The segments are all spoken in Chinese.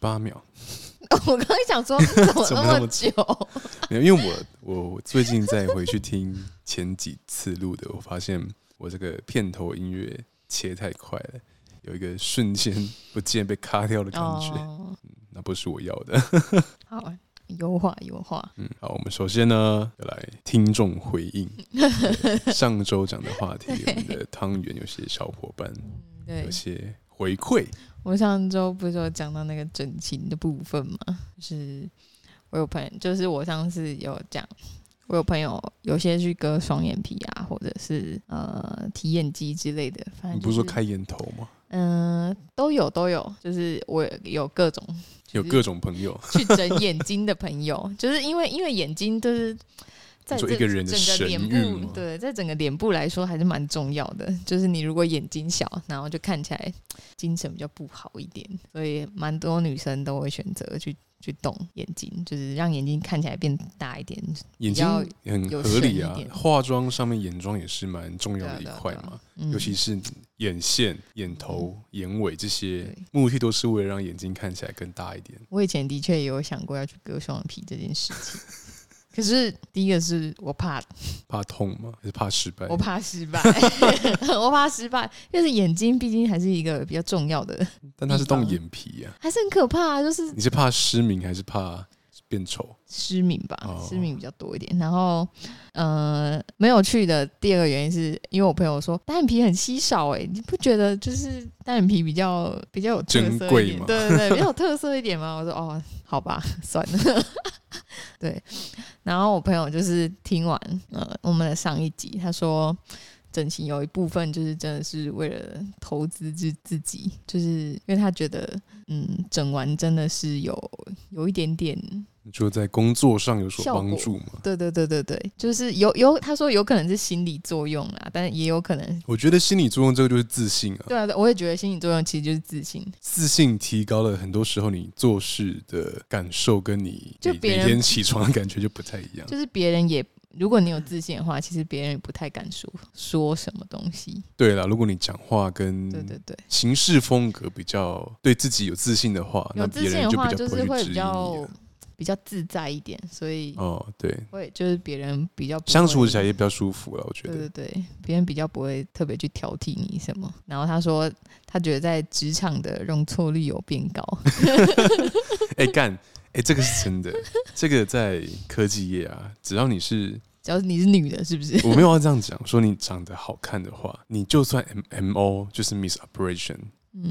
八秒。 我刚刚 想说怎么怎么那那么么久？没有因为我我我最近再回去听前几次录的，我发现我这个片头音乐切太快了，有一个瞬间不见被卡掉的 感觉，哦，那不是我要的。好，优化优化，嗯，好，我们首先呢要来听众回 应对上周讲的话题，我们的汤圆有些小伙伴对有。些回馈，我上周不是有讲到那个整形的部分嘛，就是我有朋友，就是我上次有讲，我有朋友有些去割双眼皮啊，或者是呃提眼肌之类的，反你正、不嗯就是是说开眼头吗？嗯、都有都有，就是我有各种有各种朋友，去整眼睛的朋友， 就是因为因为眼睛就是在你说这一个人的整个神脸韵部吗，对，在整个脸部来说还是蛮重要的。就是你如果眼睛小，然后就看起来精神比较不好一点，所以蛮多女生都会选择去去动眼睛，就是让眼睛看起来变大一点。眼睛很有合理神啊一点。化妆上面眼妆也是蛮重要的一对啊对啊块对啊嘛。嗯尤其是眼线、眼头、眼尾这些对，目的都是为了让眼睛看起来更大一点。我以前的确也有想过要去割双眼皮这件事情。可是第一个是我怕怕痛吗？还是怕失败我？怕失败， 我怕失败，就是眼睛毕竟还是一个比较重要的，但它是动地方眼皮呀、还是很可怕、啊，就是你是怕失明还是怕变丑？失明吧，哦失明比较多一点。然后，呃，没有去的第二个原因是因为我朋友说单眼皮很稀少、欸，你不觉得就是单眼皮比较比较有特珍色一贵点？吗对对对，比较有特色一点嘛。我说哦，好吧，算了。对，然后我朋友就是听完呃我们的上一集，他说。整形有一部分就是真的是为了投资自自己，就是因为他觉得，嗯，整完真的是有有一点点你说在工作上有所效果帮助吗？对对对对对，就是有有，他说有可能是心理作用啦，但也有可能。我觉得心理作用这个就是自信啊，对啊，对我也觉得心理作用其实就是自信，自信提高了，很多时候你做事的感受跟你就每别每人天起床的感觉就不太一样。就是别人也，如果你有自信的话，其实别人也不太敢说说什么东西。对啦，如果你讲话跟对对对，行事风格比较对自己有自信的话，那有别自信人的就比话，较就不是会会去质疑比你啊较了。比较自在一点，所以哦，对，会就是别人比较不相处会起来也比较舒服了，我觉对对得。对，别人比较不会特别去挑剔你什么。然后他说，他觉得在职场的容错率有变高。 哎干，哎这个是 真的，这个在科技业啊，只要你是，只要你是女的，是不是？我没有要这样讲，说你长得好看的话，你就算 M M O 就是 Miss Operation 嗯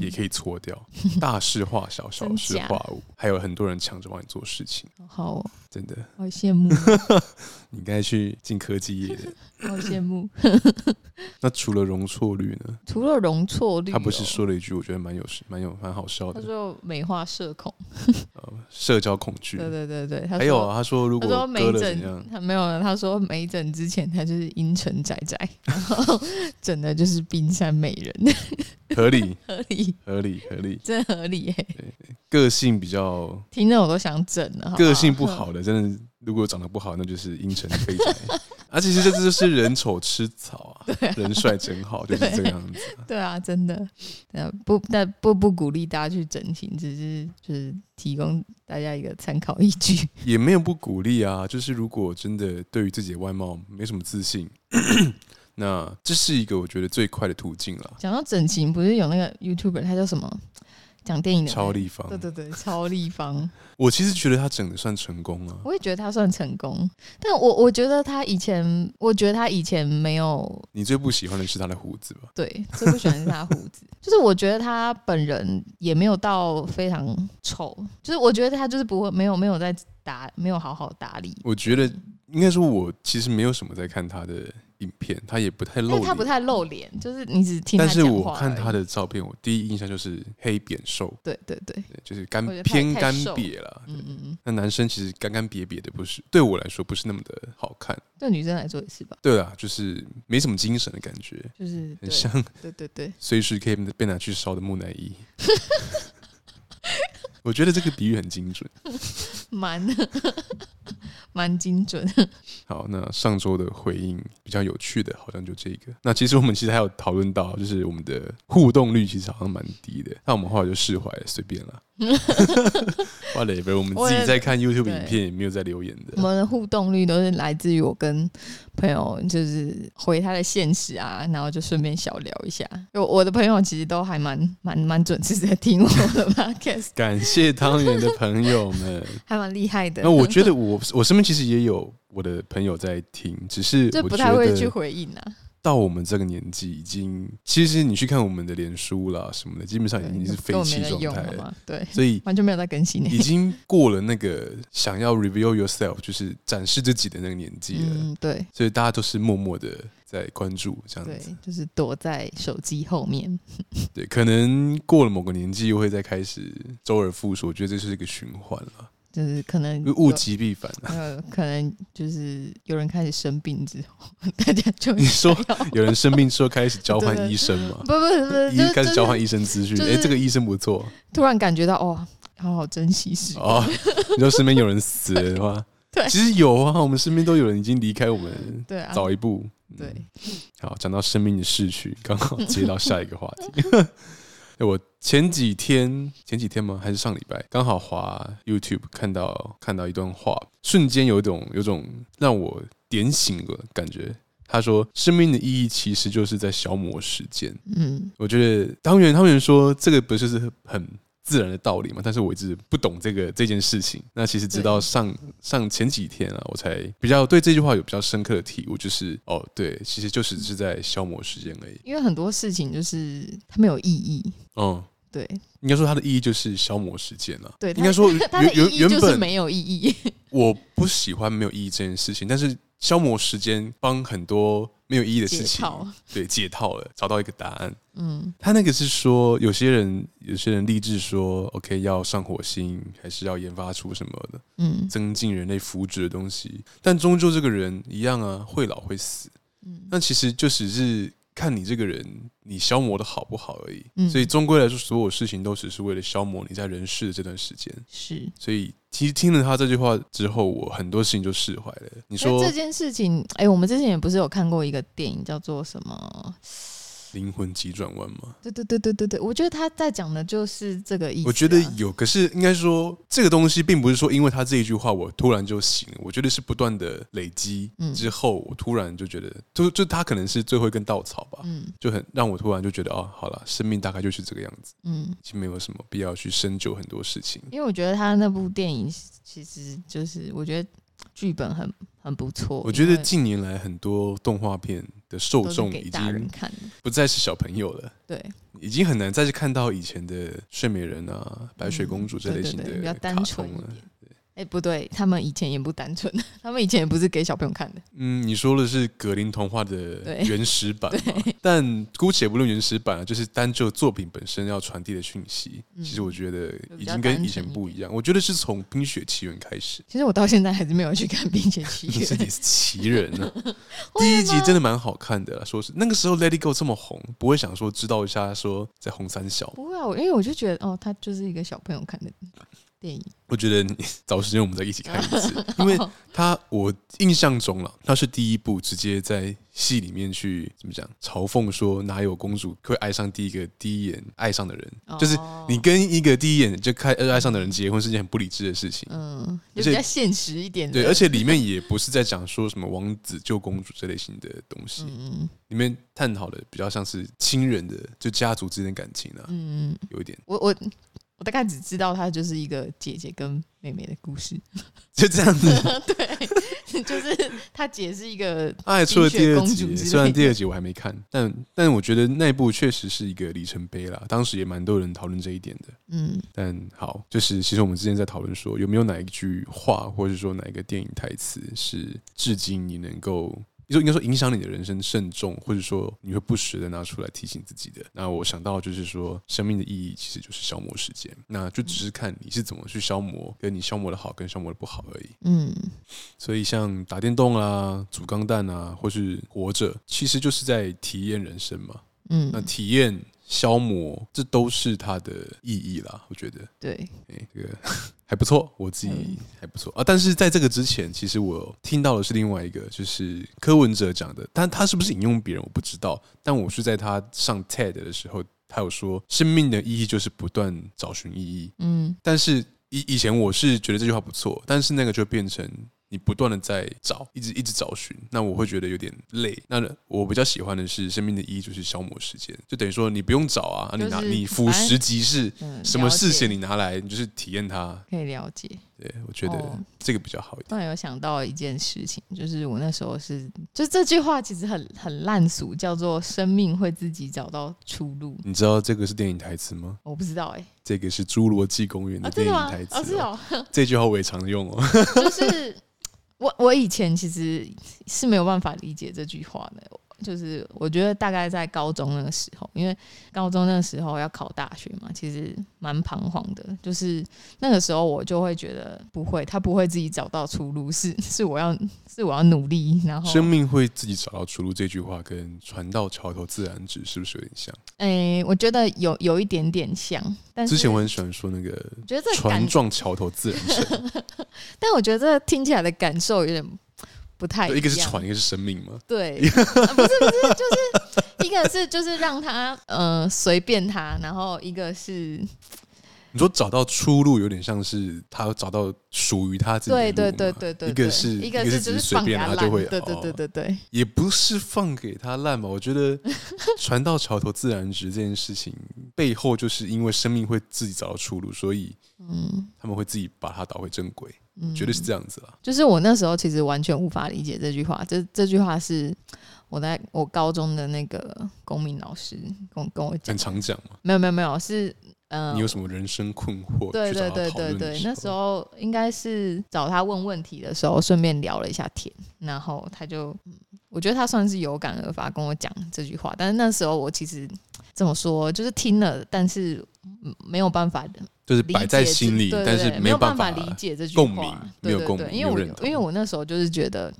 也可以搓 掉，大事化小，小真事假化无，还有很多人抢着帮你做事情，好哦，真的，好羡慕哦。你应该去进科技业 的。好羡慕。那除了容错率呢？除了容错率哦、他不是说了一句我觉得蛮有蛮有蛮好笑他的，说美化社恐，呃，社交恐惧。对对对对，他还有啊，他说如他果割说没了怎样整，，他没有了。他说没整之前，他就是阴沉宅宅，然后 整的就是冰山美人，合理合理，合理合理，真合理耶、个性比较听着我都想整了。好好个性不，好的，真的如果长得不好，那就是阴沉废柴。 啊，其实这就是人丑吃草 啊，人帅真好，就是这个样子啊。 对啊，真的，呃，不，但不不鼓励大家去整形，只是就是提供大家一个参考依据。也没有不鼓励啊，就是如果真的对于自己的外貌没什么自 信，那这是一个我觉得最快的途径了。讲到整形，不是有那个 YouTuber，他叫什么？讲电影的超立方，对对对，超立方。我其实觉得他整的算成功啊。我也觉得他算成功，但我我觉得他以前，我觉得他以前没有你最不喜欢的是他的胡子吧？对最不喜欢是他胡子， 就是我觉得他本人也没有到非常丑，就是我觉得他就是不会没有没有在打没有好好打理，我觉嗯得应该说，我其实没有什么在看他的影片，他也不太露但脸，是他不太露脸，就是你只听他但是讲话而已。我看他的照片，我第一印象就是黑扁瘦，对对对，对就是干我觉得太偏太干瘦瘪了。嗯嗯嗯，那男生其实干干瘪瘪的，不是对我来说不是那么的好看。对女生来说也是吧，对啦，就是没什么精神的感觉，就是很对像对对对，随时可以被拿去烧的木乃伊。 我觉得这个比喻很精准。蛮 蛮精准。好，那上周的回应比较有趣的，好像就这个。那其实我们其实还 有讨论到，就是我们的互动率其实好像蛮低的，那我们后来就释怀了，随便了。哇嘞，不是我们我自己也在看 YouTube 对影片，也没有在留言我的。们的互动率都是来自于我跟朋友，就是回他的现实啊，然后就顺便小聊一下。就我的朋友其实都还蛮蛮蛮准时在听我的 podcast， 感谢汤圆的朋友们。还蛮厉害的。那我觉得我我身边其实也有我的朋友在听，只是 就我不觉太会去得回应啊，到我们这个年纪，已经其实你去看我们的脸书啦什么的，基本上已经是跟废我没弃在状用态了了，嘛，对，所以完全没有在 更新、已欸。经过了那个想要 reveal yourself，就是展示自己的那个年纪了。嗯，对所以大家都是默默的在关注这样对子，，就是躲在手机后面。对，可能过了某个年纪又会再开始周而复始，我觉得这就是一个循环了，就是可能因为物极必反啊。呃，可能就是有人开始生病之后， 大家就你说 想要 有人生病之后开始交对换医 生嘛不？不不，一就是开始交就是换医生资讯，就哎，是这个医生不错突然感觉到哇，好好珍惜时光。 哦。你说身边有人死了的话，对其实有啊，我们身边都有人已经离开我们对啊，早一步。嗯对，好，讲到生命的逝去，刚好接到下一个话题。对我前几天，前几天吗？还是上礼拜，刚好滑 YouTube 看到看到一段话，瞬间有一种有种让我点醒了感觉。他说：“生命的意义其实就是在消磨时间。”嗯，我觉得汤圆汤圆说这个不是是很自然的道理嘛，但是我一直不懂这个这件事情。那其实直到上上前几天啊，我才比较对这句话有比较深刻的体悟，就是哦，对，其实嗯就是只是在消磨时间而已。因为很多事情就是它没有意义，嗯，对应该说它的意义就是消磨时间了、对，它应该说它原的意原义原就是本没有意义，我不喜欢没有意义这件事情，但是消磨时间帮很多没有意义的解事情套。对解套了，找到一个答案。嗯，他那个是说，有些人有些人立志说，OK，要上火星，还是要研发出什么的嗯增进人类福祉的东西，但终究这个人一样啊，会老会死。嗯，那其实就只是看你这个人，你消磨的好不好而已。嗯所以终归来说，所有事情都只是为了消磨你在人世的这段时间。是。所以，其实听了他这句话之后，我很多事情就释怀了。你那说这件事情，哎、我们之前也不是有看过一个电影叫做什么？灵魂急转弯吗？对对对对对对，我觉得他在讲的就是这个意思啊、我觉得有，可是应该说这个东西并不是说因为他这一句话我突然就醒了，我觉得是不断的累积嗯之后，我突然就觉得，就就他可能是最后一根稻草吧，嗯就很让我突然就觉得哦，好了，生命大概就是这个样子，嗯，其实没有什么必要去深究很多事情。因为我觉得他那部电影其实就是，我觉得剧本很很不错，我觉得因为近年来很多动画片的受都是众给已大人经看的，不再是小朋友了。对，已经很难再去看到以前的睡美人啊、白雪公主这嗯类对型对对比较的卡单通纯一了。点。哎、不对，他们以前也不单纯， 他们以前也不是给小朋友看的。嗯，你说的是格林童话的对原始版嘛？但姑且不论原始版啊，就是单就作品本身要传递的讯息，嗯其实我觉得就比已较经跟单以前纯一不一样。我觉得是从《冰雪奇缘》开 始，其实我到现在还是没有去看《冰雪奇 你缘是》你是奇人啊！ 会吗，第一集真的蛮好看的啦，说是那个时候《Let It Go》这么红，不会想说知道一下说在红三小。 不会啊，我因为我就觉得哦，它就是一个小朋友看的 电影，我觉得你找时间我们再一起看一 次，因为他我印象中了，他是第一部直接在戏里面去怎么讲嘲讽说哪有公主会爱上第一个第一眼爱上的人，就是哦你跟一个第一眼就开呃爱上的人结婚是件很不理智的事情。嗯，而就且比较现实一点的，对，而且 里面也不是在讲说什么王子救公主这类型的东西，嗯里面探讨的比较像是亲人的就家族之间的感情啊，嗯，有一点我我我大概只知道它就是一个姐姐跟妹妹的 故事， 就这样子。对，就是她姐是一个爱出了第二冰雪公集，主之类的虽然第二集我还没看，但但我觉得那部确实是一个里程碑啦。当时也蛮多人讨论这一点的。嗯但好，就是其实我们之前在讨论说，有没有哪一句话，或者说哪一个电影台词，是至今你能够，你说应该说影响你的人生慎重，或者说你会不时的拿出来提醒自己的。那我想到就是说，生命的意义其实就是消磨时间，那就只是看你是怎么去消磨，跟你消磨的好跟消磨的不好而已。嗯，所以像打电动啊、煮钢蛋啊，或是活着，其实就是在体验人生嘛。那嗯，体验、消磨，这都是它的意义啦。我觉得，对，哎、这个 还不错，我自己嗯还不错啊。但是在这个之前，其实我听到的是另外一个，就是柯文哲讲的，但他是不是引用别人我不知道，但我是在他上 TED 的时候。他有说，生命的意义就是不断找寻意义。嗯但是以以前我是觉得这句话不错，但是那个就变成你不断的在找，一直一直找寻，那我会觉得有点累。那我比较喜欢的是生命的意义就是消磨时间，就等于说你不用找啊，啊你拿就是你俯拾即是，嗯，什么了解事情你拿来你就是体验它。可以了解。对我觉得哦这个比较好一点。突然有想到一件事情，就是我那时候是，就这句话其实很很烂俗，叫做“生命会自己找到出路你知道这个是电影台词吗”。？我不知道哎、这个是《侏罗纪公园》的啊，真电的影吗台？词、哦，是哦，这句话我也常用哦。就是我我以前其实是没有办法理解这句话的，就是我觉得大概在高中那个时候，因为高中那个时候要考大学嘛，其实蛮彷徨的。就是那个时候我就会觉得不会，他不会自己找到出路，是是我要是我要努力，然 后生命会自己找到出路这句话跟“船到桥头自然直”是不是有点像？诶、我觉得有有一点点像，但是之前我很喜欢说那个我觉得这个感船，撞桥头自然沉，但我觉得这听起来的感受有点不太对样。一个是船，一个是生命嘛。 对，啊不是不是，就是一个是就是让他呃随便他，然后一个是你说找到出路，有点像是他找到属于他自己的对路对嘛对对对，一个对是一个一个是只就是随放给便他他烂就会对对哦对对对，也不是放给他烂吧。我觉 得船到桥头自然直这件事情背后，就是因为生命会自己找到出路，所以嗯他们会自己把它导回正轨，嗯，绝对是这样子啦。就是我那时候其实完全无法理解这句话，这这句话是我在我高中的那个公民老师跟我跟我讲很，常讲嘛，没有没有没有是呃你有什么人生困惑？对去对找他对讨对论嗯的对，那时候候应该是找他问问题的时候，顺便聊了一下天，然后他就，嗯我觉得他算是有感而发跟我讲这句话，但是那时候我其实怎么说，就是听了，但是嗯没有办法就是理摆在解这心里，对对但对是没有办法理解这句共话鸣没对有对共对鸣因没为有我认同因为我那时候就是觉得。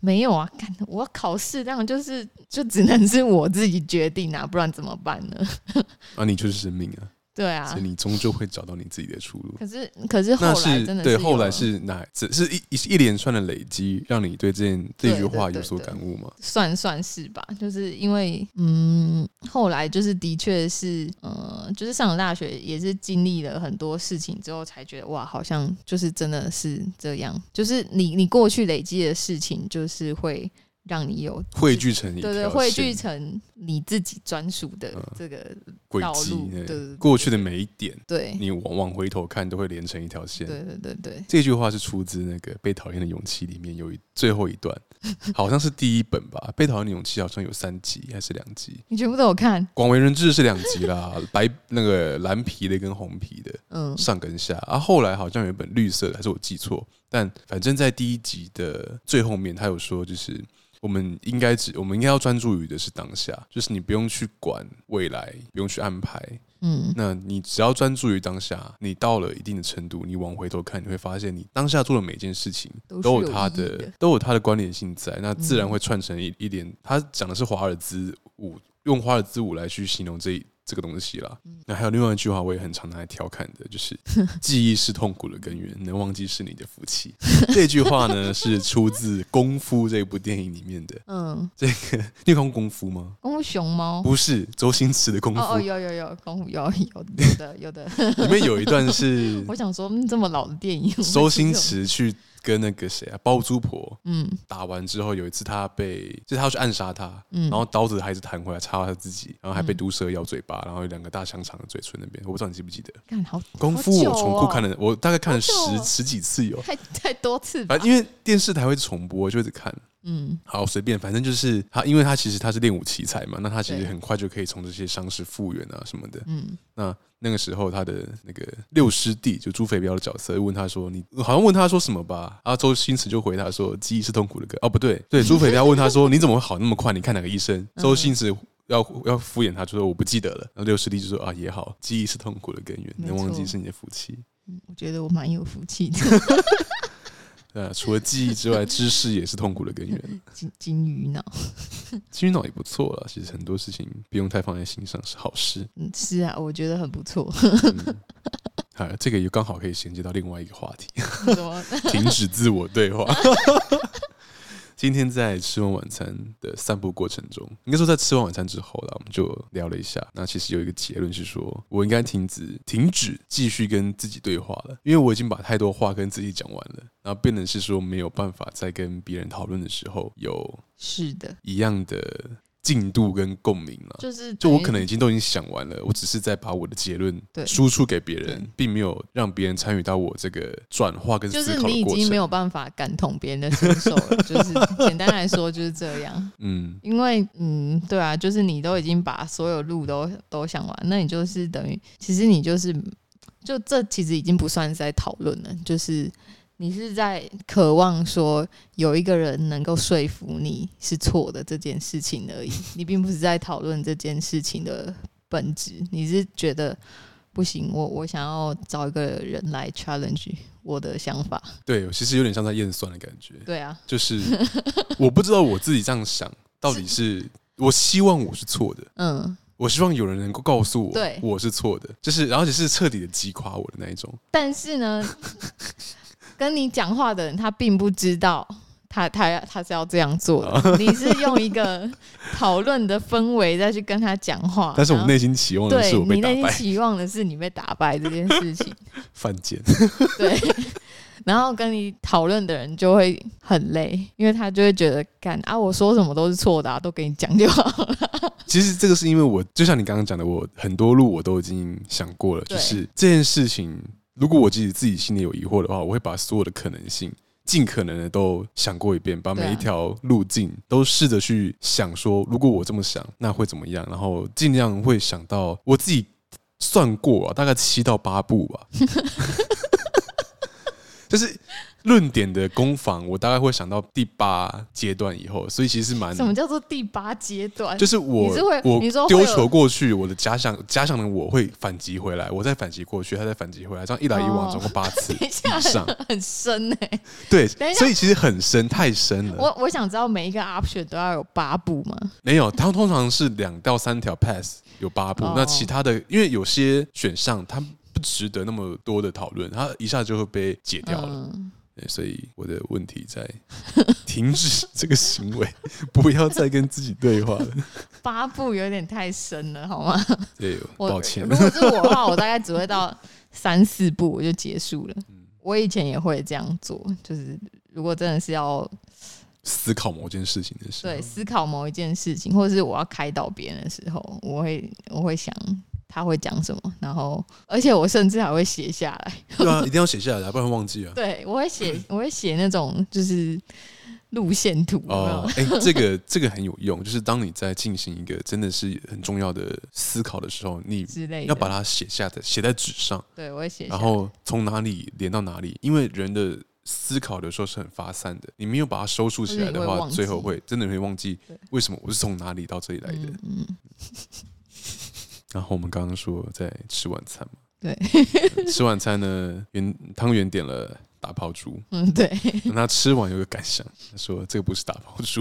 没有啊，干我要考试，当然就是就只能是我自己决定啊，不然怎么办呢？ 啊，你就是生命啊。对啊所以，你终究会找到你自己的出路。可是可是后那来真的对，有后来了是哪？只是一一一连串的累积，让你对这件这对句对话对有所对感悟吗？算算是吧，就是因为嗯，后来就是的确是，呃，就是上了大学也是经历了很多事情之后，才觉得哇，好像就是真的是这样，就是你你过去累积的事情，就是会让你有汇聚成一对对条汇线聚成你自己专属的嗯这个轨道迹路，对对对过去的每一点，对你往往回头看，都会连成一条线。对对对对，这句话是出自那个《被讨厌的勇气》里面有一最后一 段，好像是第一本吧，《被讨厌的勇气》好像有三集还是两集，你全部都有看，广为人知是两集啦， 白那个蓝皮的跟红皮的，嗯上跟下啊。后来好像有一本绿色的，还是我记错？但反正在第一集的最后面，他有说，就是我们应该只我们应该要专注于的是当下，就是你不用去管未来，不用去安排，嗯那你只要专注于当下，你到了一定的程度，你往回头看，你会发现你当下做的每件事情都是都有有它意义的的都有它的关联性在，那自然嗯会串成一一点。他讲的是华尔兹舞，用华尔兹舞来去形容这一这个东西啦。嗯那还有另外一句话，我也很常拿来调侃的，就是 记忆是痛苦的根源，能忘记是你的福气。 这句话呢是出自《功夫》这部电影里面的。嗯，这个你有看过《功夫》吗？功夫熊猫。不是周星驰的功夫，哦哦哦，有有有，功夫有有有的有的， 里面有一段是我想说，嗯这么老的电 影，周星，驰去跟那个谁啊包租婆嗯打完之后，有一次他被就是他要去暗杀他，嗯，然后刀子还是弹回来插到他自己，然后还被嗯毒蛇咬嘴巴，然后有两个大香肠的嘴唇那边，我不知道你记不记得。看好哦功夫我重复看了，我大概看了十好久哦十几次有，太太多次吧反，正因为电视台会重播，就一直看。嗯好，随便，反正就是他，因为他其实他是练武奇才嘛，那他其实对很快就可以从这些伤势复原啊什么的。嗯那那个时候，他的那个六师弟就朱肥彪的角色问他说：“你好像问他说什么吧？”啊，周星驰就回答说：“记忆是痛苦的歌。”哦，不对，对，朱肥彪问他说：“你怎么会好那么快？你看哪个医生？”周星驰要要敷衍他，就说：“我不记得了。”然后六师弟就说：“啊，也好，记忆是痛苦的根源，没能忘记错是你的福气。嗯，我觉得我蛮有福气的，”对啊，除了记忆之外，知识也是痛苦的根源。金金鱼脑，其实脑也不错啦，其实很多事情不用太放在心上是好事。嗯，是啊，我觉得很不错，嗯 好，这个也刚好可以衔接到另外一个话题。 什么停止自我对话。今天在吃完晚餐的散步过程中，应该说在吃完晚餐之后啦，我们就聊了一下。那其实有一个结论是说，我应该停止停止继续跟自己对话了，因为我已经把太多话跟自己讲完了，然后变成是说没有办法再跟别人讨论的时候有 是的，一样的进度跟共鸣了。 就是就我等于可能已经都已经想完了，我只是在把我的结论对输出给别人对，并没有让别人参与到我这个转化跟就思是考你的已过经没程。有办法感同别人的身受了，就是简单来说就是这样。嗯，因为嗯，对啊，就是你都已经把所有路都都想完，那你就是等于，其实你就是，就这其实已经不算是在讨论了，就是你是在渴望说有一个人能够说服你是错的这件事情而已，你并不是在讨论这件事情的本质，你是觉得不行，我我想要找一个人来 challenge 我的想法，对，其实有点像在验酸的感觉，对啊，就是我不知道我自己这样想到底是，我希望我是错的，嗯，我希望有人能够告诉我对我是错的，就是然后而且是彻底的击垮我的那一种。但是呢，跟你讲话的人他并不知道他他他是要这样做哦的，你是用一个讨论的氛围再去跟他讲话。但是我然后内心期望的哦对是我被你打内心败，期望的是你被打败这件事情， 犯贱。对。然后跟你讨论的人就会很累，因为他就会觉得，干啊，我说什么都是错的、啊，都给你讲就好了。 其实这个是因为我，就像你刚刚讲的，我很多路我都已经想过了，对就是这件事情，如果我自己自己心里有疑惑的话，我会把所有的可能性。尽可能的都想过一遍，把对啊每一条路径都试着去想说，如果我这么想，那会怎么样？然后尽量会想到我自己算过啊，大概七到八步 吧，就是论点的攻防，我大概会想到第八阶段以后，所以其实蛮什么叫做第八阶段？就是我哎你是会我你说会有丢球过去，我的假想假想的我会反击回来，我再反击过去，他再反击回来，这样一来一往哦总共 八次 等一下以上。很深哎、对等一，下所以其实很深，太深了。我我想知道每一个 option 都要有八步吗？没有，它通常是两到三条 pass 有八步，哦那其他的因为有些选项它不值得那么多的讨论，它一下就会被解掉了。嗯对所以我的问题在 停止这个行为， 不要再跟自己对 话了。八步有点太深 了，好吗？对，我抱歉如。果是我的话，我大概只会到三四步我就结束了。我以前也会这样做，就是如果真的是要思考某件事情的时候，对思考某一件事情，或者是我要开导别人的时候，我会我会想他会讲什么，然后而且我甚至还会写下 来。对啊，一定要写下来，不然会忘记啊。对我会写，我会写那种就是路线图，有没有哦，哎、这个这个很有用，就是当你在进行一个真的是很重要的思考的时候，你之类的。要把它写下在写在纸上，对我会写下然来。后从哪里连到哪里，因为人的。思考的时候是很发散的，你没有把它收束起来的或者你会话，忘记最后会真的会忘记对为什么我是从哪里到这里来的。嗯嗯，然后我们刚刚说在吃晚餐嘛，对，吃晚餐呢，原汤圆点了打抛猪，嗯对那他吃完有个感想，他说这个不是打抛猪，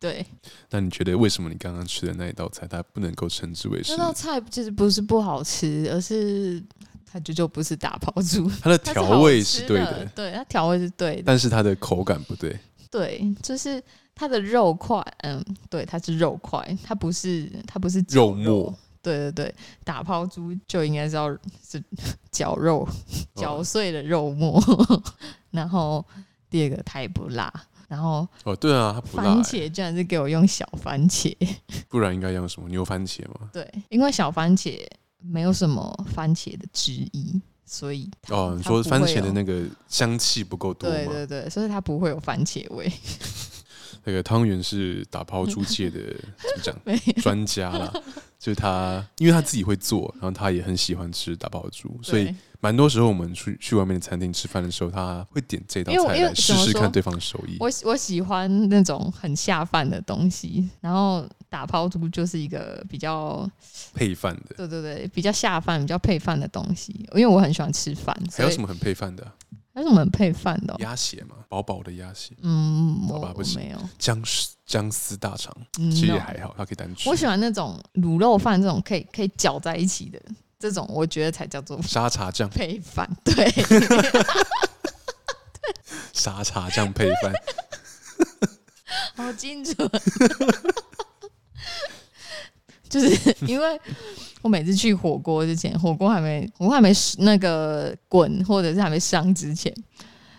对。那你觉得为什么你刚刚吃的那一道菜，它不能够称之为是那？道菜其实不是不好吃，而是它就就不是打抛猪，它的它是调味好吃是对的的，，对，它调味是对的，但是它的口感不对。对，就是它的肉块，嗯，对，它是肉块，它不是它不是绞肉末对对对，打抛猪就应该是要是绞肉，绞哦碎的肉末， 然后第二个它也不辣。然后哦，对啊，它不辣欸、番茄居然是给我用小番茄，不然应该用什么牛番茄嘛？对，因为小番茄没有什么番茄的汁液，所以它哦，你它说不番会茄的有那个香气不够多对嘛？对对，所以它不会有番茄 味。那个汤圆是打抛猪界的怎么讲 没有专家 啦，就是他，因为他自己会做，然后他也很喜欢吃打抛猪，所以对蛮多时候我们去去外面的餐厅吃饭的时候，他会点这道因为我菜因为来试怎么试看说对方的手艺。我喜我喜欢那种很下饭的东西，然后打抛猪就是一个比较配饭的，对对对比较下饭、比较配饭的东西，因为我很喜欢吃饭，还所有以什么很配饭的啊、还有什么很配饭的哦、鸭血嘛，薄薄的鸭血，嗯，好我吧不我行没有，姜丝姜丝大肠，嗯其实也 no 还好，它可以单吃我。喜欢那种卤肉饭这种可以可以搅在一起的这种，我觉得才叫做沙茶酱，配饭。对， 沙茶酱配饭，好精准。 就是因为我每次去火锅之前，火锅还没火锅还没那个滚，或者是还没上之前，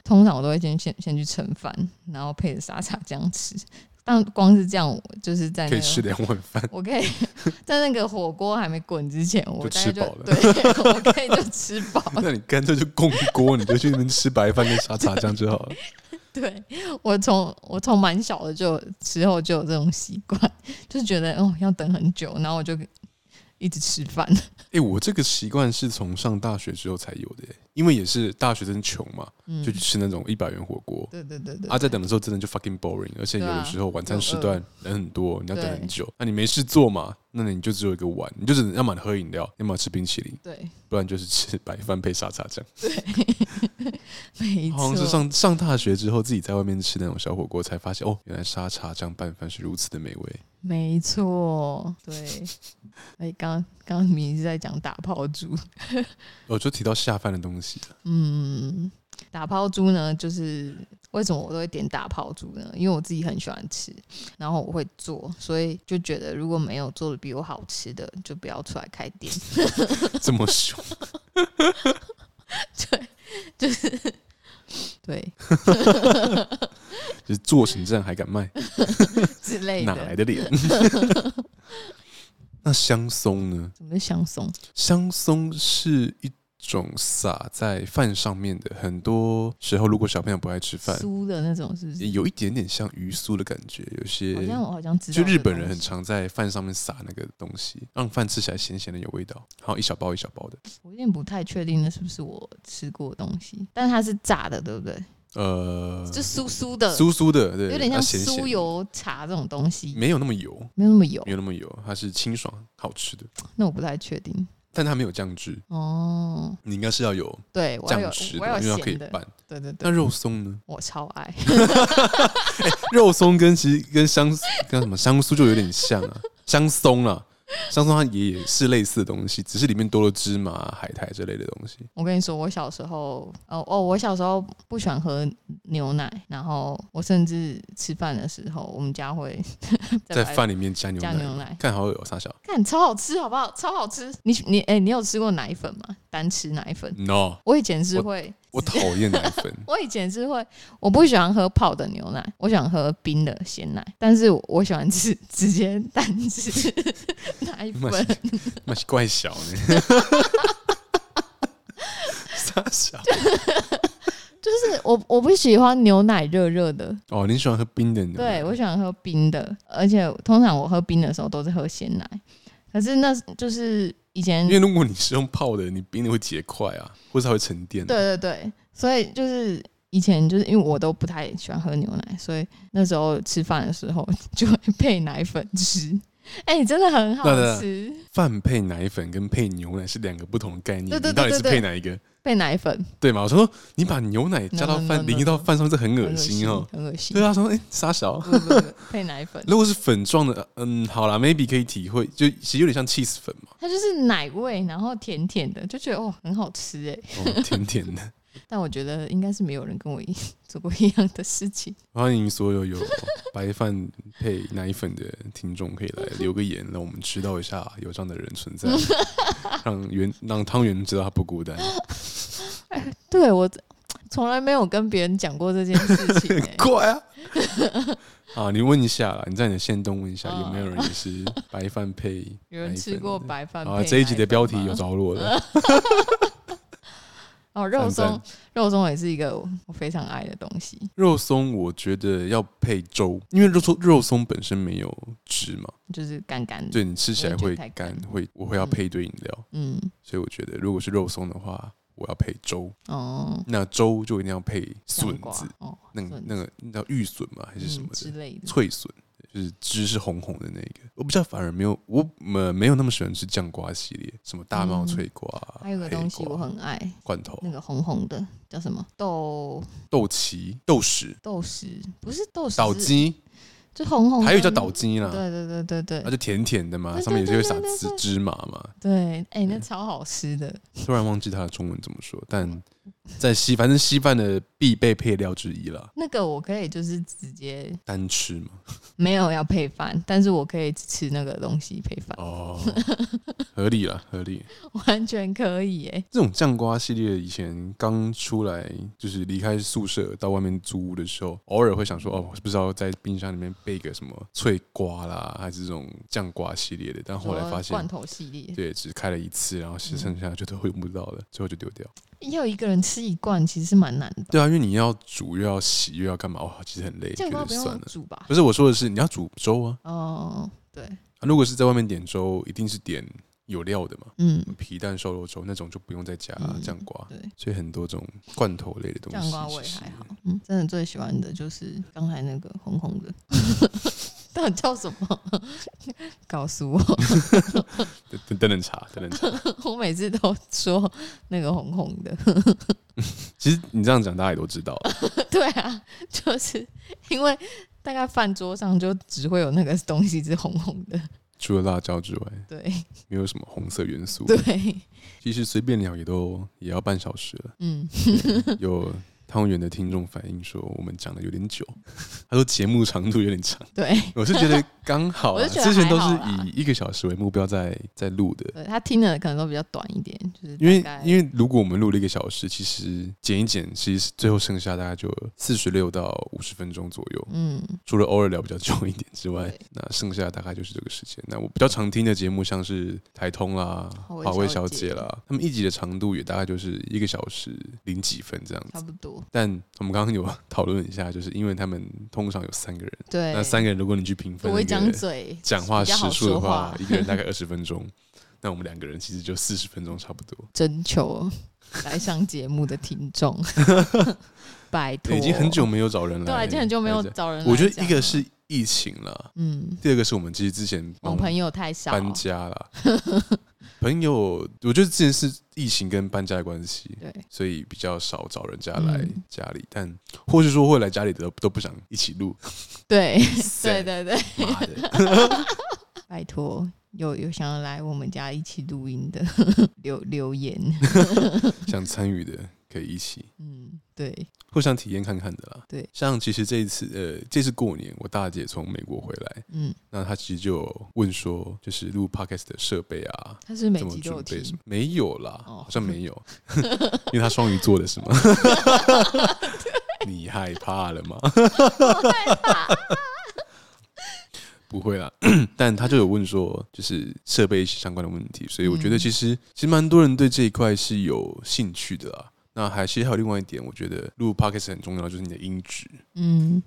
通常我都会先先先去盛饭，然后配着沙茶酱吃。但光是这样，我就是在可那以吃个两碗 饭，我可以在那个火锅还没滚之前，我就吃大概就饱了对， 我可以就吃饱了。那你干脆就共锅，你就去那边吃白饭跟沙茶酱就好 了。对我从我从蛮小的就时候就有这种习惯，就是觉得哦要等很久，然后我就一直吃饭。哎、我这个习惯是从上大学之后才有的、因为也是大学生穷嘛，嗯就去吃那种一百元火锅。对对对对，啊，在等的时候真的就 fucking boring，而且有对啊的时候晚餐时段人很多，你要等很对久。那你没事做嘛？那你就只有一个碗，你就只能要么喝饮料，要么吃冰淇淋，对不然就是吃白饭配沙茶酱。没好像是错，上上大学之后自己在外面吃那种小火锅，才发现哦，原来沙茶酱拌饭是如此的美味。没错，对。哎，刚刚刚明明是在讲打抛猪，我哦就提到下饭的东西了， 嗯，打抛猪呢，就是为什么我都会点打抛猪呢？因为我自己很喜欢吃，然后我会做，所以就觉得如果没有做的比我好吃的，就不要出来开店。这么凶，对，就是做成这样还敢卖，之类哪的。来的脸？ 那香松呢？怎么是香松？香松是一种撒在饭上面的，很多时候如果小朋友不爱吃饭，酥的那种是不是？有一点点像鱼酥的感觉，有些好像我好像知道这就东西。日本人很常在饭上面撒那个东西，让饭吃起来咸咸的有味道，然后一小包一小包的，我有点不太确定那是不是我吃过的东西，但它是炸的，对不对？呃，就酥酥的，酥酥的，对，有点像啊咸咸酥的嗯油哦茶这种东西，没有那么油，没有那么油没。有那么油，它是清爽好吃的，那我不太确定。但它没有酱汁，哦，你应该是要有对，我要有酱汁我的要，因为有它可以咸的，拌。对对那对，肉松呢？我超爱。肉松跟其实跟香跟什么香酥就有点像 啊，香松啊，香松它也也是类似的东西，只是里面多了芝麻、海苔之类的东西。我跟你说，我小时候，哦哦，我小时候不喜欢喝牛奶，然后我甚至吃饭的时候，我们家会 在白饭里面加牛奶，加牛奶看好恶傻小看超好吃，好不好？超好吃！你你哎、你有吃过奶粉吗？单吃奶粉？ ，no，我以前是会，。我讨厌奶粉 我以前是会，我不喜欢喝泡的牛奶，我喜欢喝冰的鲜奶，但是我喜欢吃直接单吃 奶那粉。是那是怪小 呢，傻小就是我我不喜欢牛奶热热的，哦，你喜欢喝冰的牛奶？对我喜欢喝冰的，而且通常我喝冰的时候都是喝鲜奶，可是那就是以前因为如果你是用泡的，你冰的会结块啊，或者它会沉淀。对对对，所以就是以前就是因为我都不太喜欢喝牛奶，所以那时候吃饭的时候 就会配奶粉吃。哎、真的很好对对对吃，饭配奶粉跟配牛奶是两个不同的概念，对对你到底对是对配哪一个？配奶粉对嘛？我说你把牛奶加到 No, no, no, 饭 no, 淋到饭上，这很恶心哦。很恶心。对啊，说哎、傻小。不不不，配奶粉，如果是粉状的，嗯，好啦 m a y b e 可以体会，就其实有点像 cheese 粉嘛，它就是奶味，然后甜甜的，就觉得哦很好吃哎。哦、甜甜的。但我觉得应该是没有人跟我一 做过一样的事情。欢迎所有 有白饭配奶粉的听众，可以来留个言，让我们知道一下有这样的人存 在，让圆让汤圆知道他不孤单。。对我从来没有跟别人讲过这件事情哎 怪 啊！啊，你问一下啦，你在你的线动问一下，哦有没有人也是白饭配 有人吃奶粉过的白饭啊？配这一集的奶粉标题吗有着落了， 哦，赞肉松，肉松也是一个我非常爱的东西，肉松我觉得要配粥，因为肉松肉松本身没有汁嘛，就是干干的。对你吃起来嗯我会也觉得太干干，会我会要配一堆饮料，嗯，所以我觉得如果是肉松的话，我要配粥。哦，那粥就一定要配香笋瓜子，哦，那个笋那个那叫玉笋嘛，还是什嗯么之的、类的。脆笋，就是汁是红红的那个。我比较反而没有，我呃没有那么喜欢吃酱瓜系列，什么大茂嗯脆瓜，啊还有个黑东西瓜哦我很嗯爱，罐头那个红红的叫什么豆豆豉、豆豉、豆豉，不是豆豉，岛是鸡，就红红的。还有叫岛鸡啦，哦对对对对那对就甜甜的嘛，对上面也是对会对撒对对芝芝麻嘛。对，哎，那对超好吃的。突然忘记它的中文怎么说，但在稀反正稀饭的必备配料之一啦，那个我可以就是直接单吃嘛。没有要配饭，但是我可以吃那个东西配饭， 哦，合理啦，合理。完全可以耶、这种酱瓜系列以前刚出来，就是离开宿舍到外面租屋的时候，偶尔会想说，哦，不知道在冰箱里面备个什么脆瓜啦，还是这种酱瓜系列的。但后来发说哦罐现，头系列，对，只开了一次，然后剩剩下就都用不到了，嗯最后就丢掉。要一个人吃一罐其实是蛮难的吧。对啊，因为你要煮又要洗又要干嘛，哇，其实很累，酱觉瓜得不算用了。煮吧不？是我说的是你要煮粥啊，哦，对，啊如果是在外面点粥，一定是点有料的嘛，嗯，皮蛋瘦肉粥那种就不用再加嗯酱瓜。对，所以很多这种罐头类的东西，酱瓜味其实还好。嗯，真的最喜欢的就是刚才那个红红 的，到底叫什么？ 告诉我，等等等等查，等等查。我每次都说那个红红的。 其实你这样讲，大家也都知道，对啊，就是因为大概饭桌上就只会有那个东西是红红的，除了辣椒之外，对没有什么红色元素。对，其实随便聊也都也要半小时了。嗯，有汤圆的听众反映说，我们讲的有点久，他说节目长度有点长。 对我是觉得刚好我啦，是觉得之前都还好啦是以一个小时为目标在在录的。对，他听的可能都比较短一点，就是因为大概因为如果我们录了一个小时，其实剪一剪，其实最后剩下大概就四十六到五十分钟左右。嗯，除了偶尔聊比较久一点之外对，那剩下大概就是这个时间。那我比较常听的节目像是台通啦、好味华为小小姐姐啦，他们一集的长度也大概就是一个小时零几分这样差子。不多，但我们刚刚有讨论一下，就是因为他们通常有三个人，对，那三个人如果你去评分我那会讲个嘴，讲话比较好时数的说话话，一个人大概二十分钟， 那我们两个人其实就四十分钟差不多。征求来上节目的听 众，拜托，对已经很久没有找人来，对啊，已经很久没有对。找人来我觉得讲一个了是疫情啦，嗯，第二个是我们其实之前我忙哦朋友太少，搬家啦。 朋友，我觉得之前是疫情跟搬家的关系，对，所以比较少找人家来嗯家里，但或是说会来家里的都都不想一起录。对，对塞， 对对，妈的，拜托，有有想要来我们家一起录音的 留留言，想参与的可以一起，嗯，对，或想体验看看的啦。对像其实这一次，呃，这次过年我大姐从美国回来，嗯，那她其实就有问说，就是录 podcast 的设备啊。他是每怎么集都有准备什听么，？没有啦，哦好像没有， 因为她双鱼座的是吗？ 你害怕了吗？ 不会啦，但他就有问说，就是设备相关的问题，所以我觉得嗯其实、其实蛮多人对这一块是有兴趣的啦。那还其实还有另外一点，我觉得录 podcast 很重要，就是你的音质。嗯，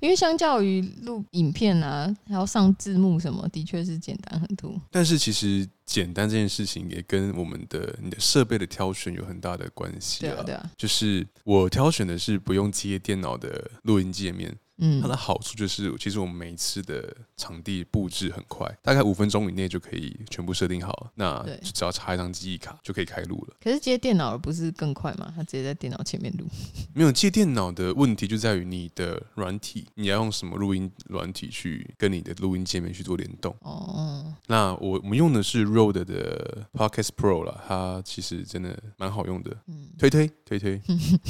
因为相较于录影片啊，还要上字幕什么，的确是简单很多。但是其实简单这件事情也跟我们的你的设备的挑选有很大的关系对啊，啦。对啊，就是我挑选的是不用接电脑的录音界面，嗯它，的好处就是，其实我们每一次的场地布置很快，大概五分钟以内就可以全部设定好。那对就只要插一张记忆卡就可以开录了。可是接电脑不是更快吗？他直接在电脑前面录。没有接电脑的问题就在于你的软体，你要用什么录音软体去跟你的录音界面去做联动。哦，那我我们用的是 Rode 的 Podcast Pro 啦，它其实真的蛮好用的。嗯，推 推推推，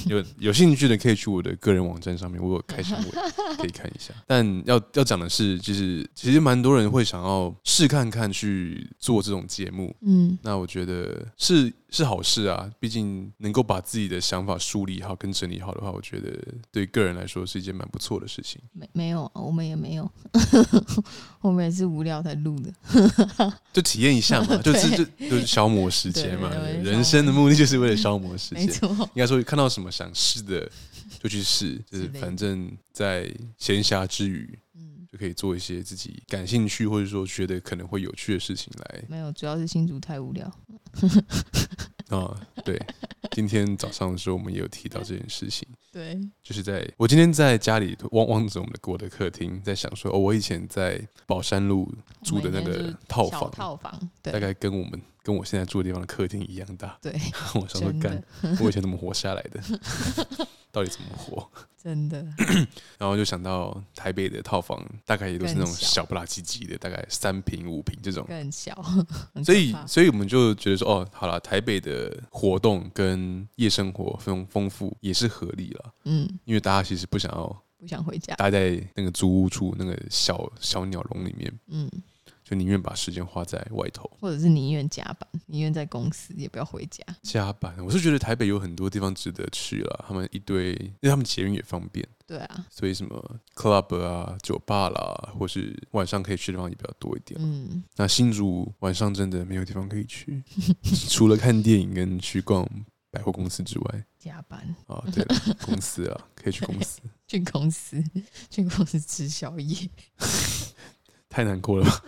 有有兴趣的可以去我的个人网站上面，我有开箱 文可以看一下。但要要讲的是，就是其实蛮多人会想要试看看去做这种节目。嗯，那我觉得是是好事啊，毕竟能够把自己的想法梳理好跟整理好的话，我觉得对个人来说是一件蛮不错的事情。没没有，啊我们也没有， 我们也是无聊才录的。就体验一下 嘛，就对是就就是消磨时间嘛对对。对人生的目的就是为了消磨时没间。错，应该说看到什么想试的就去 试，就是之类的反正在闲暇之余嗯，就可以做一些自己感兴趣或者说觉得可能会有趣的事情来没有，主要是新竹太无聊。啊。对，今天早上的时候我们也有提到这件事情，对，就是在我今天在家里望望着我们的我的客厅，在想说哦，我以前在宝山路住的那我们以前就个是套小房，套房，大对概跟我们跟我现在住的地方的客厅一样大。对，我想说真的 干，我以前怎么活下来的？到底怎么活？真的，然后就想到台北的套房，大概也都是那种更小小不拉几几的，大概三平五平这种。更小， 很所以可怕，所以我们就觉得说，哦，好了，台北的活动跟夜生活丰丰富也是合理了，嗯，因为大家其实不想要不想回家，待在那个租屋处那个小小鸟笼里面，嗯，就宁愿把时间花在外头或者是宁愿加班，宁愿在公司也不要回家，加班。我是觉得台北有很多地方值得去了，他们一堆，因为他们捷运也方便，对啊，所以什么 club 啊、酒吧啦，或是晚上可以去的地方也比较多一点。嗯， 那新竹晚上真的没有地方可以去，除了看电影跟去逛百货公司之外，加班啊，对了，公司啊，可以去公司，去公司， 去公司吃宵夜，太难过了吧。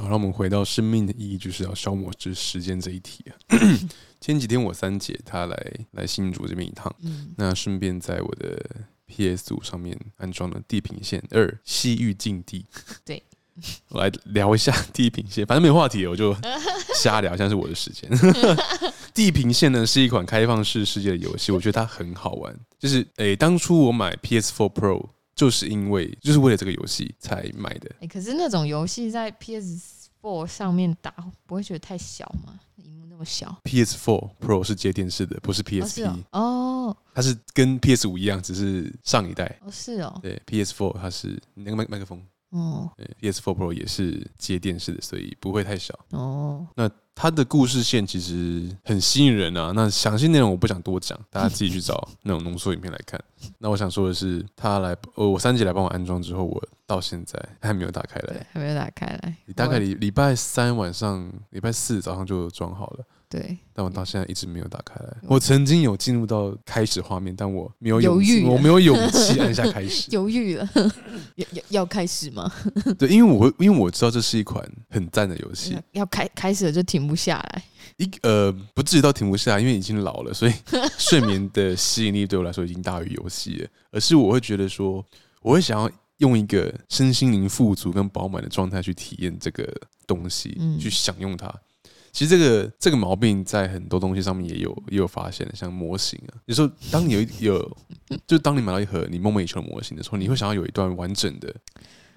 好，让我们回到生命的意义，就是要消磨这时间这一题啊。 前几天我三姐她来来新竹这边一趟，嗯，那顺便在我的 PS 五上面安装了《地平线二：西域禁地》。对， 我来聊一下地平线，反正没话题，我就 瞎聊，像是我的时间。 地平线呢是一款开放式世界的游戏，我觉得它很好玩。就是诶、当初我买 PS4 Pro 就是因为就是为了这个游戏才买的。哎、可是那种游戏在 PS Four 上面打，不会觉得太小吗？荧幕那么小， PS4 Pro 是接电视的，不是哦是 PSP，、哦，哦它是跟 PS5 一样，只是上一代。哦是哦，对，PS4 它是你那个麦麦克风。哦对，PS4 Pro 也是接电视的，所以不会太小。哦，那它的故事线其实很吸引人啊。那详细内容我不想多讲，大家自己去找那种浓缩影片来看。那我想说的是，他来，呃，我三姐来帮我安装之后，我到现在还没有打开对来。，还没有打开来，你大概我礼礼拜三晚上、礼拜四早上就装好了，对，但我到现在一直没有打开来。有我曾经有进入到开始画面，但我没有嗯犹勇气，豫了我没有 勇气按下开始。犹豫了， 要要要开始吗？对，因为我会，因为我知道这是一款很赞的游戏，要要开开始了就停不下来，一呃，不至于到停不下来，因为已经老了，所以睡眠的吸引力对我来说已经大于游戏了。而是我会觉得说，我会想要用一个身心灵富足跟饱满的状态去体验这个东西，嗯去享用它。其实这个这个毛病在很多东西上面也有也有发现，像模型啊，有时候当你有一有，就当你买到一盒你梦寐以求的模型的时候，你会想要有一段完整的、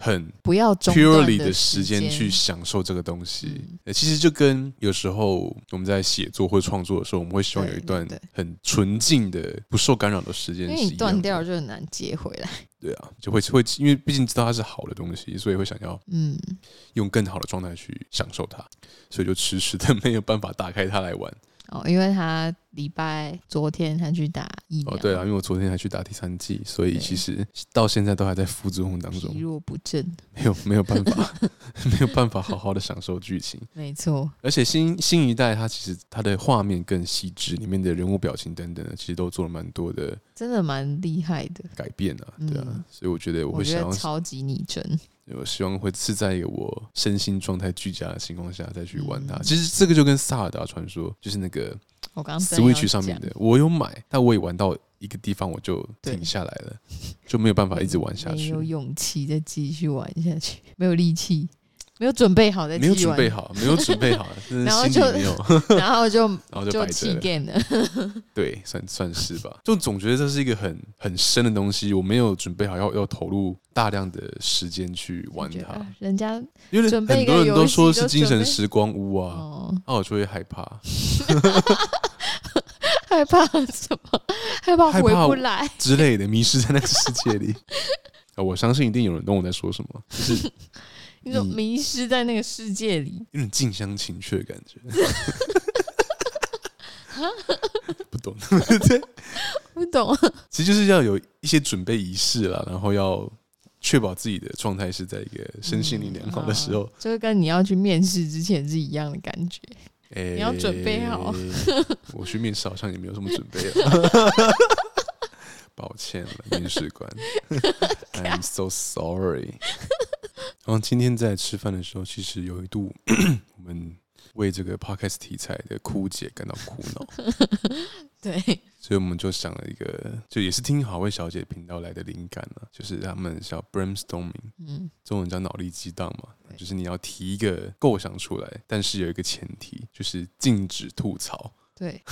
很不要中断 purely 的时时间间去享受这个东西嗯。呃其实就跟有时候我们在写作或创作的时候，我们会希望有一对段对对很纯净的、不受干扰的时间因是为一样你的。断掉了就很难接回来，对啊，就会会因为毕竟知道它是好的东西，所以会想要嗯，用更好的状态去享受它，所以就迟迟的没有办法打开它来 玩。哦，因为他礼拜昨天他去打疫苗，哦，对啊，因为我昨天还去打第三季，所以对其实到现在都还在副作用当中疲，弱不振，没有没有办 法，没有办法好好的享受剧情。没错，而且新新一代，它其实它的画面更细致，里面的人物表情等等的，其实都做了蛮多的真的蛮厉害的，改变啊，嗯对啊，所以我觉得我我会觉想得要，超级拟真，我希望会是在一个我身心状态俱佳的情况下再去玩它。嗯其实这个就跟《萨尔达传说》就是那个我刚刚正要 Switch 上面讲的，我有买，但我也玩到一个地方我就对停下来了， 就没有办法一直玩下没去，有勇气再继续玩下去， 没有力气，没有准备好再没有继续准玩，备好，没有准备好，真 然后的心就里没有， 然后就然后 就就白折弃了。 game 了，对，算算是吧。就总觉得这是一个很很深的东西，我没有准备好要要投入大量的时间去玩觉得它啊，人家因为准备很一个多人都说是游精戏就神准备时光屋啊，哦那我就会害怕，害怕什么？害怕害回怕不我来，之类的，迷失在那个世界 里。啊，我相信一定有人懂我在说什么，就是你种你迷失在那个世界里，有点近乡情怯的感觉。 不懂，不懂，其实就是要有一些准备仪式啦，然后要确保自己的状态是在一个身心灵良好的时候，啊就是跟你要去面试之前是一样的感觉。哎，你要准备好。我去面试好像也没有什么准备了， 抱歉了，面试官。I'm so sorry。然后今天在吃饭的时候，其实有一度 我们为这个 podcast 题材的枯竭感到苦 恼，对，所以我们就想了一个，就也是听好味小姐频道来的灵感呢、就是他们叫 brainstorming，嗯，中文叫脑力激荡嘛，对就是你要提一个构想出来，但是有一个前提，就是禁止吐槽。对，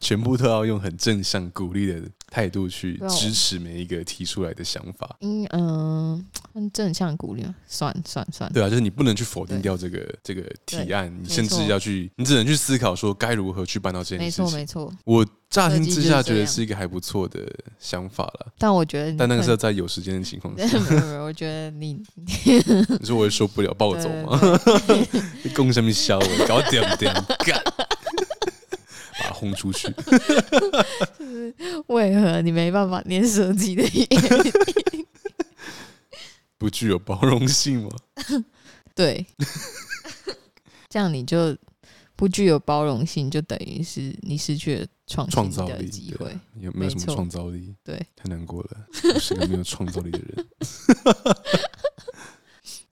全部都要用很正向鼓励的态度去对啊我支持每一个提出来的想法。嗯嗯，很正向鼓励啊，算算算，对啊，就是你不能去否定对掉这个这个提对案，你没甚至错要去，你只能去思考说该如何去办到这件没事错情。没错。我乍听之下设计就是这觉得样是一个还不错的想法了，但我觉得你但那个会是要在有时间的情况没下，有 没有，我觉得你你说我也受不了暴走吗？你 供什么笑我搞点点干， 把它轰出去。为何你没办法念设计的原因？不具有包容性吗？ 对，这样你就不具有包容性，就等于是你失去了创创新造的力机对会啊。有没有什没么错创造力？对，太难过了，我是个没有创造力的人。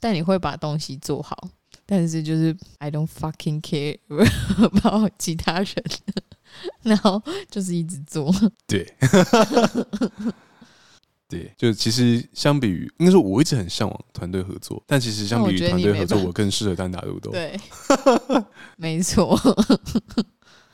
但你会把东西做好，但是就是 I don't fucking care about 其他人， 然后就是一直做。对，对，就其实相比于，应该说我一直很向往团队合作，但其实相比于但我团觉队得你合作，没办法我更适合单打独斗。对， 没 错，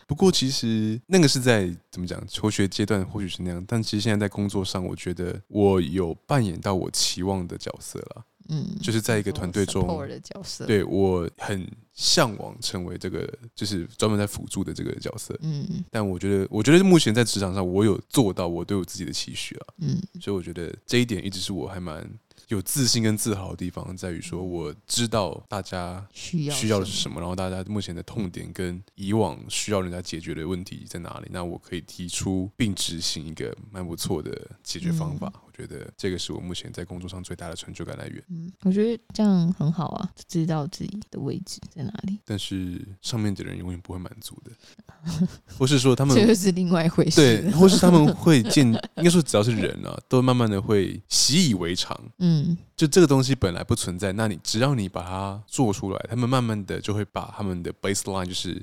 不过其实那个是在怎么讲，求学阶段或许是那样，但其实现在在工作上，我觉得我有扮演到我期望的角色了，嗯，就是在一个团队中 support 的角色，，对我很向往成为这个，就是专门在辅助的这个角色。嗯但我觉得，我觉得目前在职场上，我有做到我对我自己的期许了，嗯，所以我觉得这一点一直是我还蛮有自信跟自豪的地方，在于说我知道大家需嗯要需要的是什么，然后大家目前的痛点跟以往需要人家解决的问题在哪里，那我可以提出并执行一个蛮不错的解决方法。我觉得这个是我目前在工作上最大的成就感来源。嗯，我觉得这样很好啊，知道自己的位置在哪里，但是上面的人永远不会满足 的，或是说他们这又 是另外一回事。对，或是他们会见，应该说只要是人啊， 都慢慢的会习以为常。嗯，就这个东西本来不存在，那你只要你把它做出来，他们慢慢的就会把他们的 baseline 就是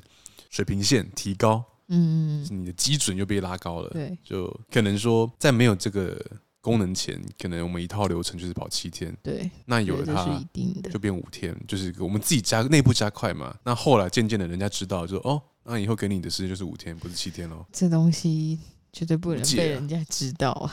水平线提高，嗯，你的基准就被拉高了。对，就可能说，在没有这个功能前，可能我们一套流程就是跑七天，对，那有了对这它是一定的就，变五天，就是我们自己加内部加快嘛。那后来渐渐的，人家知道就哦，那以后给你的时间就是五天，不是七天喽。这东西绝对不无能解被啊人家知道啊，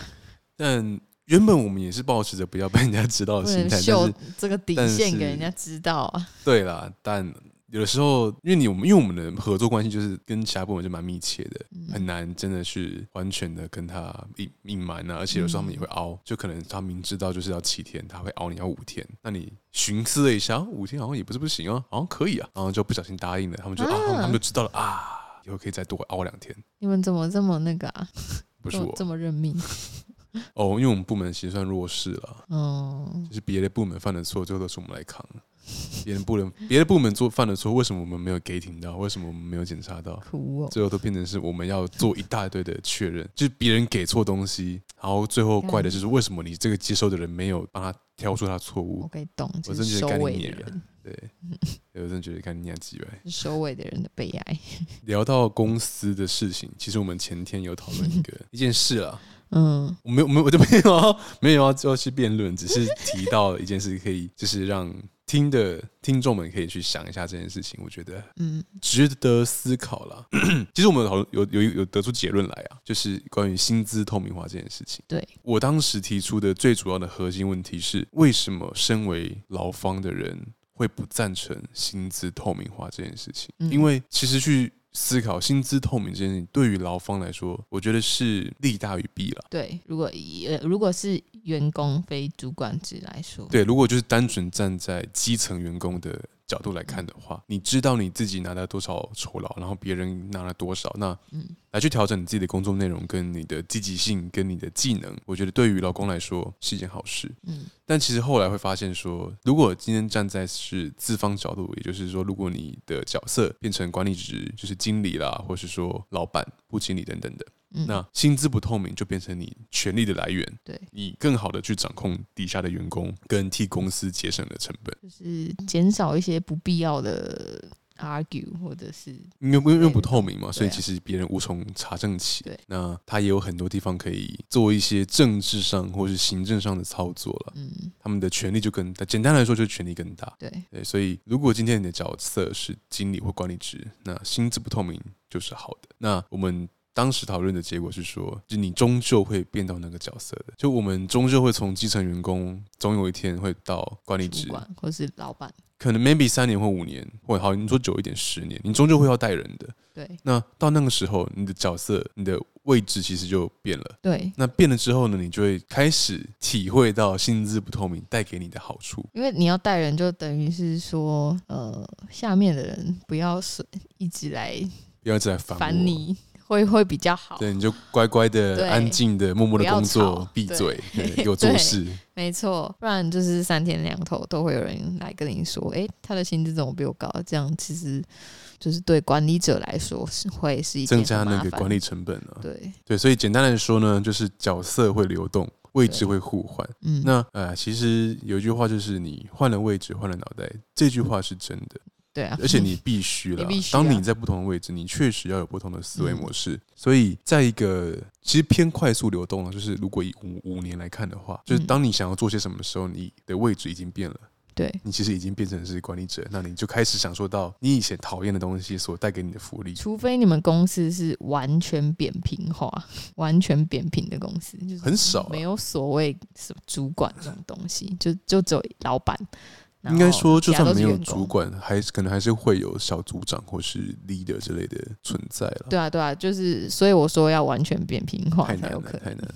但原本我们也是保持着不要被人家知道不的心能态，但秀是这个底但线是给人家知道啊。对啦，但有的时候，因为你我们因为我们的合作关系就是跟其他部门就蛮密切的，很嗯，难真的是完全的跟他隐隐瞒嗯啊，而且有时候他们也会凹，就可能他明知道就是要七天，他会凹你要五天，那你寻思了一下，啊五天好像也不是不行啊，好像可以啊，然后就不小心答应了，他们就啊啊他们就知道了啊，以后可以再多凹两天，你们怎么这么那个啊？不是这么我这么认命？哦，因为我们部门其实算弱势了，嗯，就是别的部门犯的错，最后都是我们来扛。别人部门 别的部门做犯的错，为什么我们没有给停到？为什么我们没有检查到？苦哦，最后都变成是我们要做一大堆的确认，就是别人给错东西，然后最后怪的就是为什么你这个接收的人没有帮他挑出他错我误。可以懂，我这真是觉收得干你尾的娘啊人，！对，对我真觉得干你娘鸡歪。是收尾的人的悲哀。聊到公司的事情，其实我们前天有讨论一个一件事啊，嗯，我没有，我没 有，我就没有要没有要要去辩论，只是提到一件事，可以就是让听的听众们可以去想一下这件事情，我觉得嗯值得思考啦。 其实我们有讨论有有有得出结论来啊，就是关于薪资透明化这件事情。对我当时提出的最主要的核心问题是，为什么身为劳方的人会不赞成薪资透明化这件事情？嗯因为其实去思考薪资透明这件事情，对于劳方来说，我觉得是利大于弊了。对，如果以呃如果是员工非主管制来说，对，如果就是单纯站在基层员工的角度来看的话，你知道你自己拿了多少酬劳，然后别人拿了多少，那嗯来去调整你自己的工作内容、跟你的积极性、跟你的技能，我觉得对于劳工来说是一件好事。嗯但其实后来会发现说，如果今天站在是资方角度，也就是说，如果你的角色变成管理职，就是经理啦，或是说老板、部经理等等的，嗯，那薪资不透明就变成你权力的来源，对，你更好的去掌控底下的员工，跟替公司节省了成本。就是减少一些不必要的 argue 或者是因为因为因为嗯对不透明嘛，所以对啊其实别人无从查证起。对那他也有很多地方可以做一些政治上或是行政上的操作了，嗯，他们的权力就更大。简单来说，就是权力更大。对，对，所以如果今天你的角色是经理或管理职，那薪资不透明就是好的。那我们。当时讨论的结果是说，就你终究会变到那个角色的，就我们终究会从基层员工，总有一天会到管理主职，管或是老板，可能 maybe 三年或五年，或好你说久一点十年，你终究会要带人的。对那到那个时候，你的角色、你的位置其实就变了。对，那变了之后呢，你就会开始体会到薪资不透明带给你的好处。因为你要带人，就等于是说，呃，下面的人不要是一直来不要一直来烦我烦，你，会会比较好。对，你就乖乖对的、安静的、默默的工不要作吵，闭嘴，对给我对做事。没错，不然就是三天两头都会有人来跟你说，诶，他的薪资怎么比我高？这样其实就是对管理者来说是会是一件增加很麻那个烦管理成本啊。对，对，所以简单来说呢，就是角色会流动，位置会互换。嗯，那呃，其实有一句话就是你换了位置，换了脑袋，这句话是真的，对啊，而且你必须了 你必。须啊嗯当你在不同的位置，你确实要有不同的思维模式。所以，在一个其实偏快速流动了，啊就是如果以五五年来看的话，就是嗯当你想要做些什么的时候，你的位置已经变了。对你其实已经变成是管理者，那你就开始享受到你以前讨厌的东西所带给你的福利。除非你们公司是完全扁平化、 完全扁平的公司，就是很少啊没有所谓什么主管这种东西，就就只有老板。然应后该说，就其他算都是没有员工主，管，还是可能还是会有小组长或是 leader 之类的存在了。对啊，对啊，就是所以我说要完全扁平化太才难有了，可太能难，了，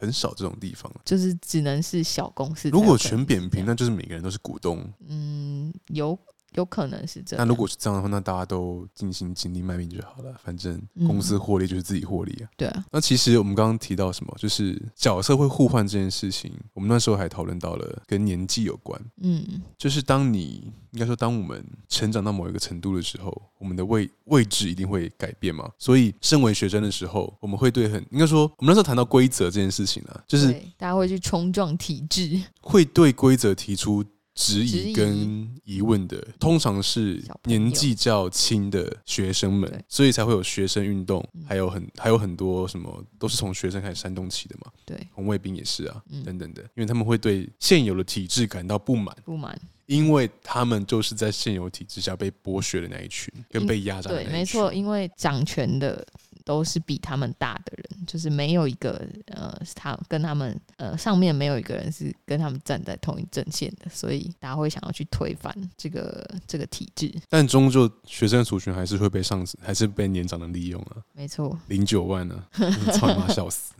很少这种地 方了。就是只能是小公司才有可如能是这样。果全扁平，那就是每个人都是股东。嗯，有有可能是这那样。如果是这样的话，那大家都尽心尽力卖命就好了。反正公司获利就是自己获利啊。对啊，那其实我们刚刚提到什么，就是角色会互换这件事情，我们那时候还讨论到了跟年纪有关。嗯，就是当你应该说，当我们成长到某一个程度的时候，我们的位位置一定会改变嘛。所以，身为学生的时候，我们会对很应该说，我们那时候谈到规则这件事情啊，就是对，大家会去冲撞体制，会对规则提出质质疑疑跟疑问的，通常是小朋友年纪较轻的学生们对，所以才会有学生运动嗯，还有很还有很多什么都是从学生开始煽动起的嘛。对，红卫兵也是啊嗯，等等的，因为他们会对现有的体制感到不满。不满。因为他们就是在现有体制下被剥削的那一群，跟被压榨的那一嗯对，群。没错，，因为掌权的都是比他们大的人，就是没有一个呃，他跟他们呃上面没有一个人是跟他们站在同一阵线的，所以大家会想要去推翻这个这个体制。但终究学生族群还是会被上司，还是被年长的利用啊。没错，零九万呢、 啊，操你妈，笑死！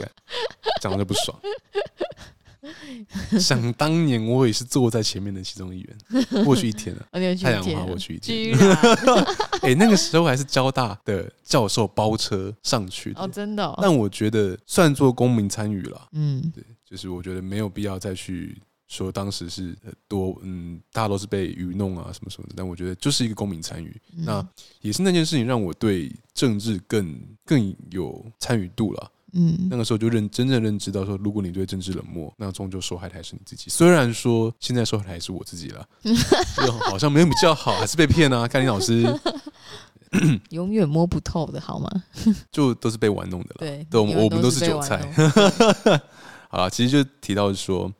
干讲的就不爽。想当年我也是坐在前面的其中一员，过去一天啊，而且太阳花我去一居天。 然哎、那个时候还是交大的教授包车上去的，哦，真的、哦，但我觉得算做公民参与了。嗯，对，就是我觉得没有必要再去说当时是呃多嗯，大家都是被愚弄啊什么什么的。但我觉得就是一个公民参与，嗯那也是那件事情让我对政治更更有参与度了。嗯那个时候就认真正认知到说，如果你对政治冷漠，那终究受害的还是你自己。虽然说现在受害的还是我自己 了，就好像没有比较好，还是被骗啊。甘霖老师永远摸不透的好吗？就都是被玩弄的了。对，对我们永远我们都是被韭玩菜弄。 好啦，其实就提到说，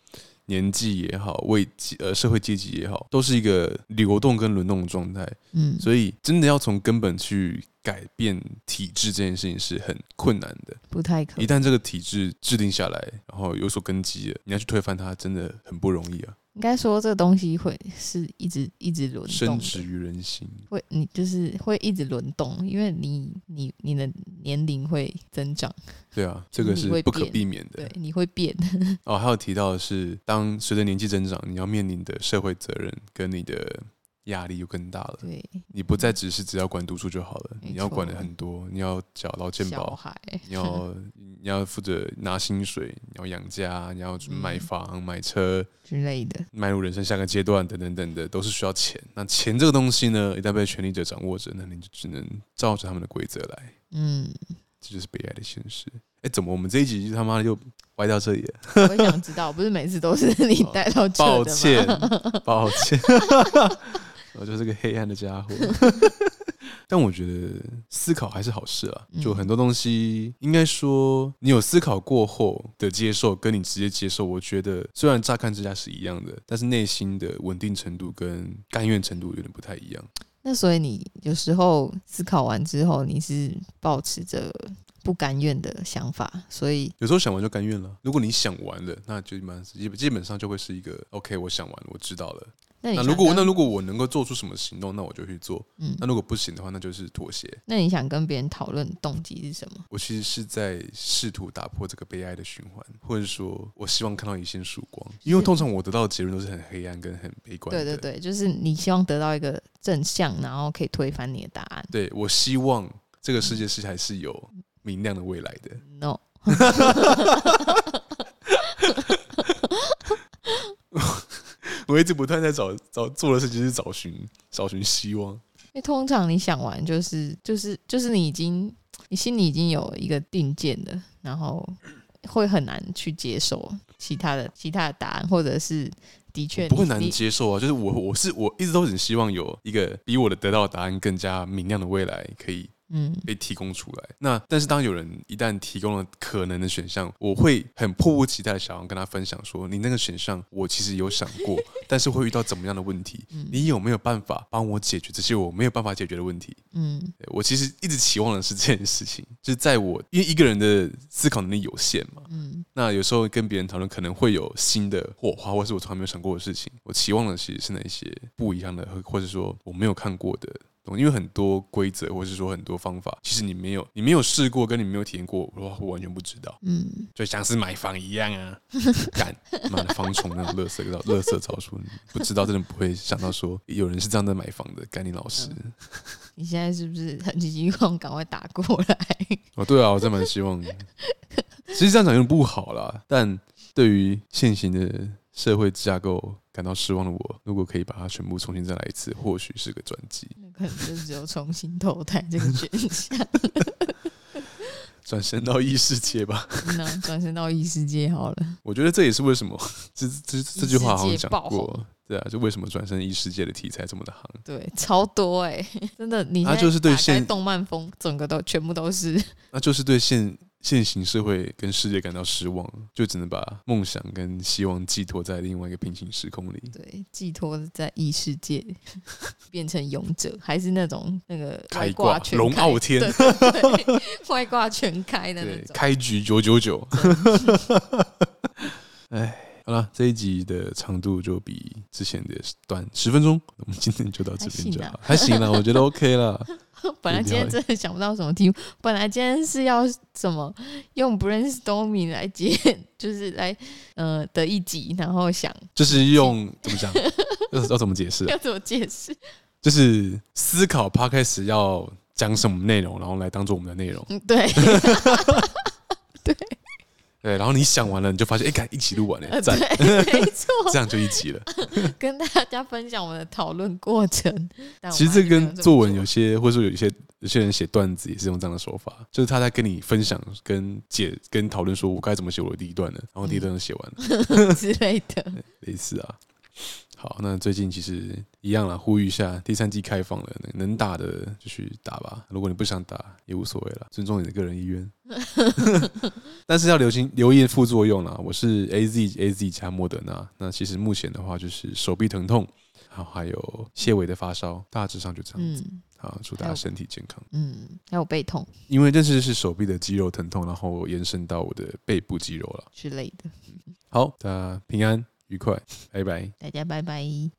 年纪也好，位阶呃社会阶级也好，都是一个流动跟轮动的状态，嗯，所以真的要从根本去改变体制这件事情是很困难的。不太可一能。旦这个体制制定下来，然后有所根基了，你要去推翻它，真的很不容易啊，应该说这个东西会是一直一直轮深动植的，于人心。啊会你就是会一直轮动，因为你你你的年龄会增长，对啊，这个是你会不可变避免的对。，你会变， 哦，还有提到的是，当随着年纪增长，你要面临的社会责任跟你的压力又更大了。对，你不再只是只要管读书就好了，没你要管的错很多，你要缴劳健小保，孩，你要你要负责拿薪水，你要养家，你要去买嗯房、买车， 之类的，迈入人生下个阶段等等等的，都是需要钱。那钱这个东西呢，一旦被权力者掌握着，那你就只能照着他们的规则来，嗯，这就是悲哀的现实。哎，怎么我们这一集就他妈的又歪到这里了？我也想知道，不是每次都 是你带到这哦抱的吗？歉，抱歉， 我就是个黑暗的家伙。 但我觉得思考还是好事啦，嗯就很多东西，应该说你有思考过后的接受，跟你直接接受，我觉得虽然乍看之下是一样的，但是内心的稳定程度跟甘愿程度有点不太一样。 那所以你有时候思考完之后，你是保持着不甘愿的想法，所以有时候想完就甘愿了。如果你想完了，那就蛮基本基本上就会是一个 OK，我想完了，我知道了。那你那想如果那跟如果我能够做出什么行动，那我就去做。嗯，那如果不行的话，那就是妥协。那你想跟别人讨论动机是什么？我其实是在试图打破这个悲哀的循环，或者说，我希望看到一线曙光。因为通常我得到的结论都是很黑暗跟很悲观对的。对对，就是你希望得到一个正向，然后可以推翻你的答案。对，我希望这个世界是还是有明亮的未来的。 No，我一直不断在找找做的事情是找寻找寻希望。因为通常你想完就是就是就是你已经你心里已经有一个定见了，然后会很难去接受其他的其他的答案，或者是的确我不会你难你接受啊，就是我我是我一直都很希望有一个比我的得到的答案更加明亮的未来可以嗯被提供出来。那但是当有人一旦提供了可能的选项，我会很迫不及待地想要跟他分享说，你那个选项我其实有想 过，但是会遇到怎么样的问题？嗯你有没有办法帮我解决这些我没有办法解决的问题？嗯对我其实一直期望的是这件事情，就是在我因为一个人的思考能力有限嘛，嗯那有时候跟别人讨论可能会有新的火花，或是我从来没有想过的事情。我期望的其实是那一些不一样的，或或者说我没有看过的东西。因为很多规则，或是说很多方法，其实你没有，你没有试过，跟你没有体验过，哇，我完全不知道。嗯，就像是买房一样 啊，干妈的方虫那种乐色造乐色招数，你不知道真的不会想到说有人是这样在买房的，干你老师。嗯你现在是不是很急急忙忙赶快打过来？ 哦，对啊，我真蛮希望的。其实这样讲有点不好啦，但对于现行的社会架构感到失望的我，如果可以把它全部重新再来一次，或许是个转机。那可能就只有重新投胎这个选项。转身到异世界吧。那 转身到异世界好了。我觉得这也是为什么这这这这句话好像异世界讲爆过，对啊，就为什么转身异世界的题材这么的行。对，超多哎、 真的，你它现啊在就是对打开现动漫风，整个都全部都是。那就是对现现行社会跟世界感到失望，就只能把梦想跟希望寄托在另外一个平行时空里。对，寄托在异世界， 变成勇者，还是那种那个开外挂全龙开傲天对对对外挂全开的那对，种。开局九九 九。哎，好了，这一集的长度就比之前的短十分钟，我们今天就到这边就好，还啊 行啦，我觉得 OK 啦。本来今天真的想不到什么题目，本来今天是要什么用 brainstorming 来接，就是来呃的一集，然后想就是 用怎么讲，要要怎么解释啊？要怎么解释， 就是思考 podcast 要讲什么内容，然后来当做我们的内容。嗯，对， 对，然后你想完了，你就发现，哎、看一起录完了，呃赞， 对，没错， 这样就一集了。跟大家分享我们的讨论过程。但我其实妈这就没有跟么作文做有些，或者说有一些有些人写段子也是用这样的手法，就是他在跟你分享、跟解、跟讨论，说我该怎么写我的第一段呢？然后第一段就写完嗯了， 之类的。类似啊。好，那最近其实一样啦，呼吁一下，第三季开放了，能能打的就去打吧。如果你不想打也无所谓了，尊重你的个人意 愿。但是要留心留意副作用啦。我是 A Z A Z 加莫德纳，那其实目前的话就是手臂疼痛，然后还有些微的发烧，大致上就这样子。嗯好，祝大还家有身体健康。嗯，还有背痛因为这次是手臂的肌肉疼痛，然后延伸到我的背部肌肉了。之类的。好，大家平安愉快，拜拜。大家拜拜。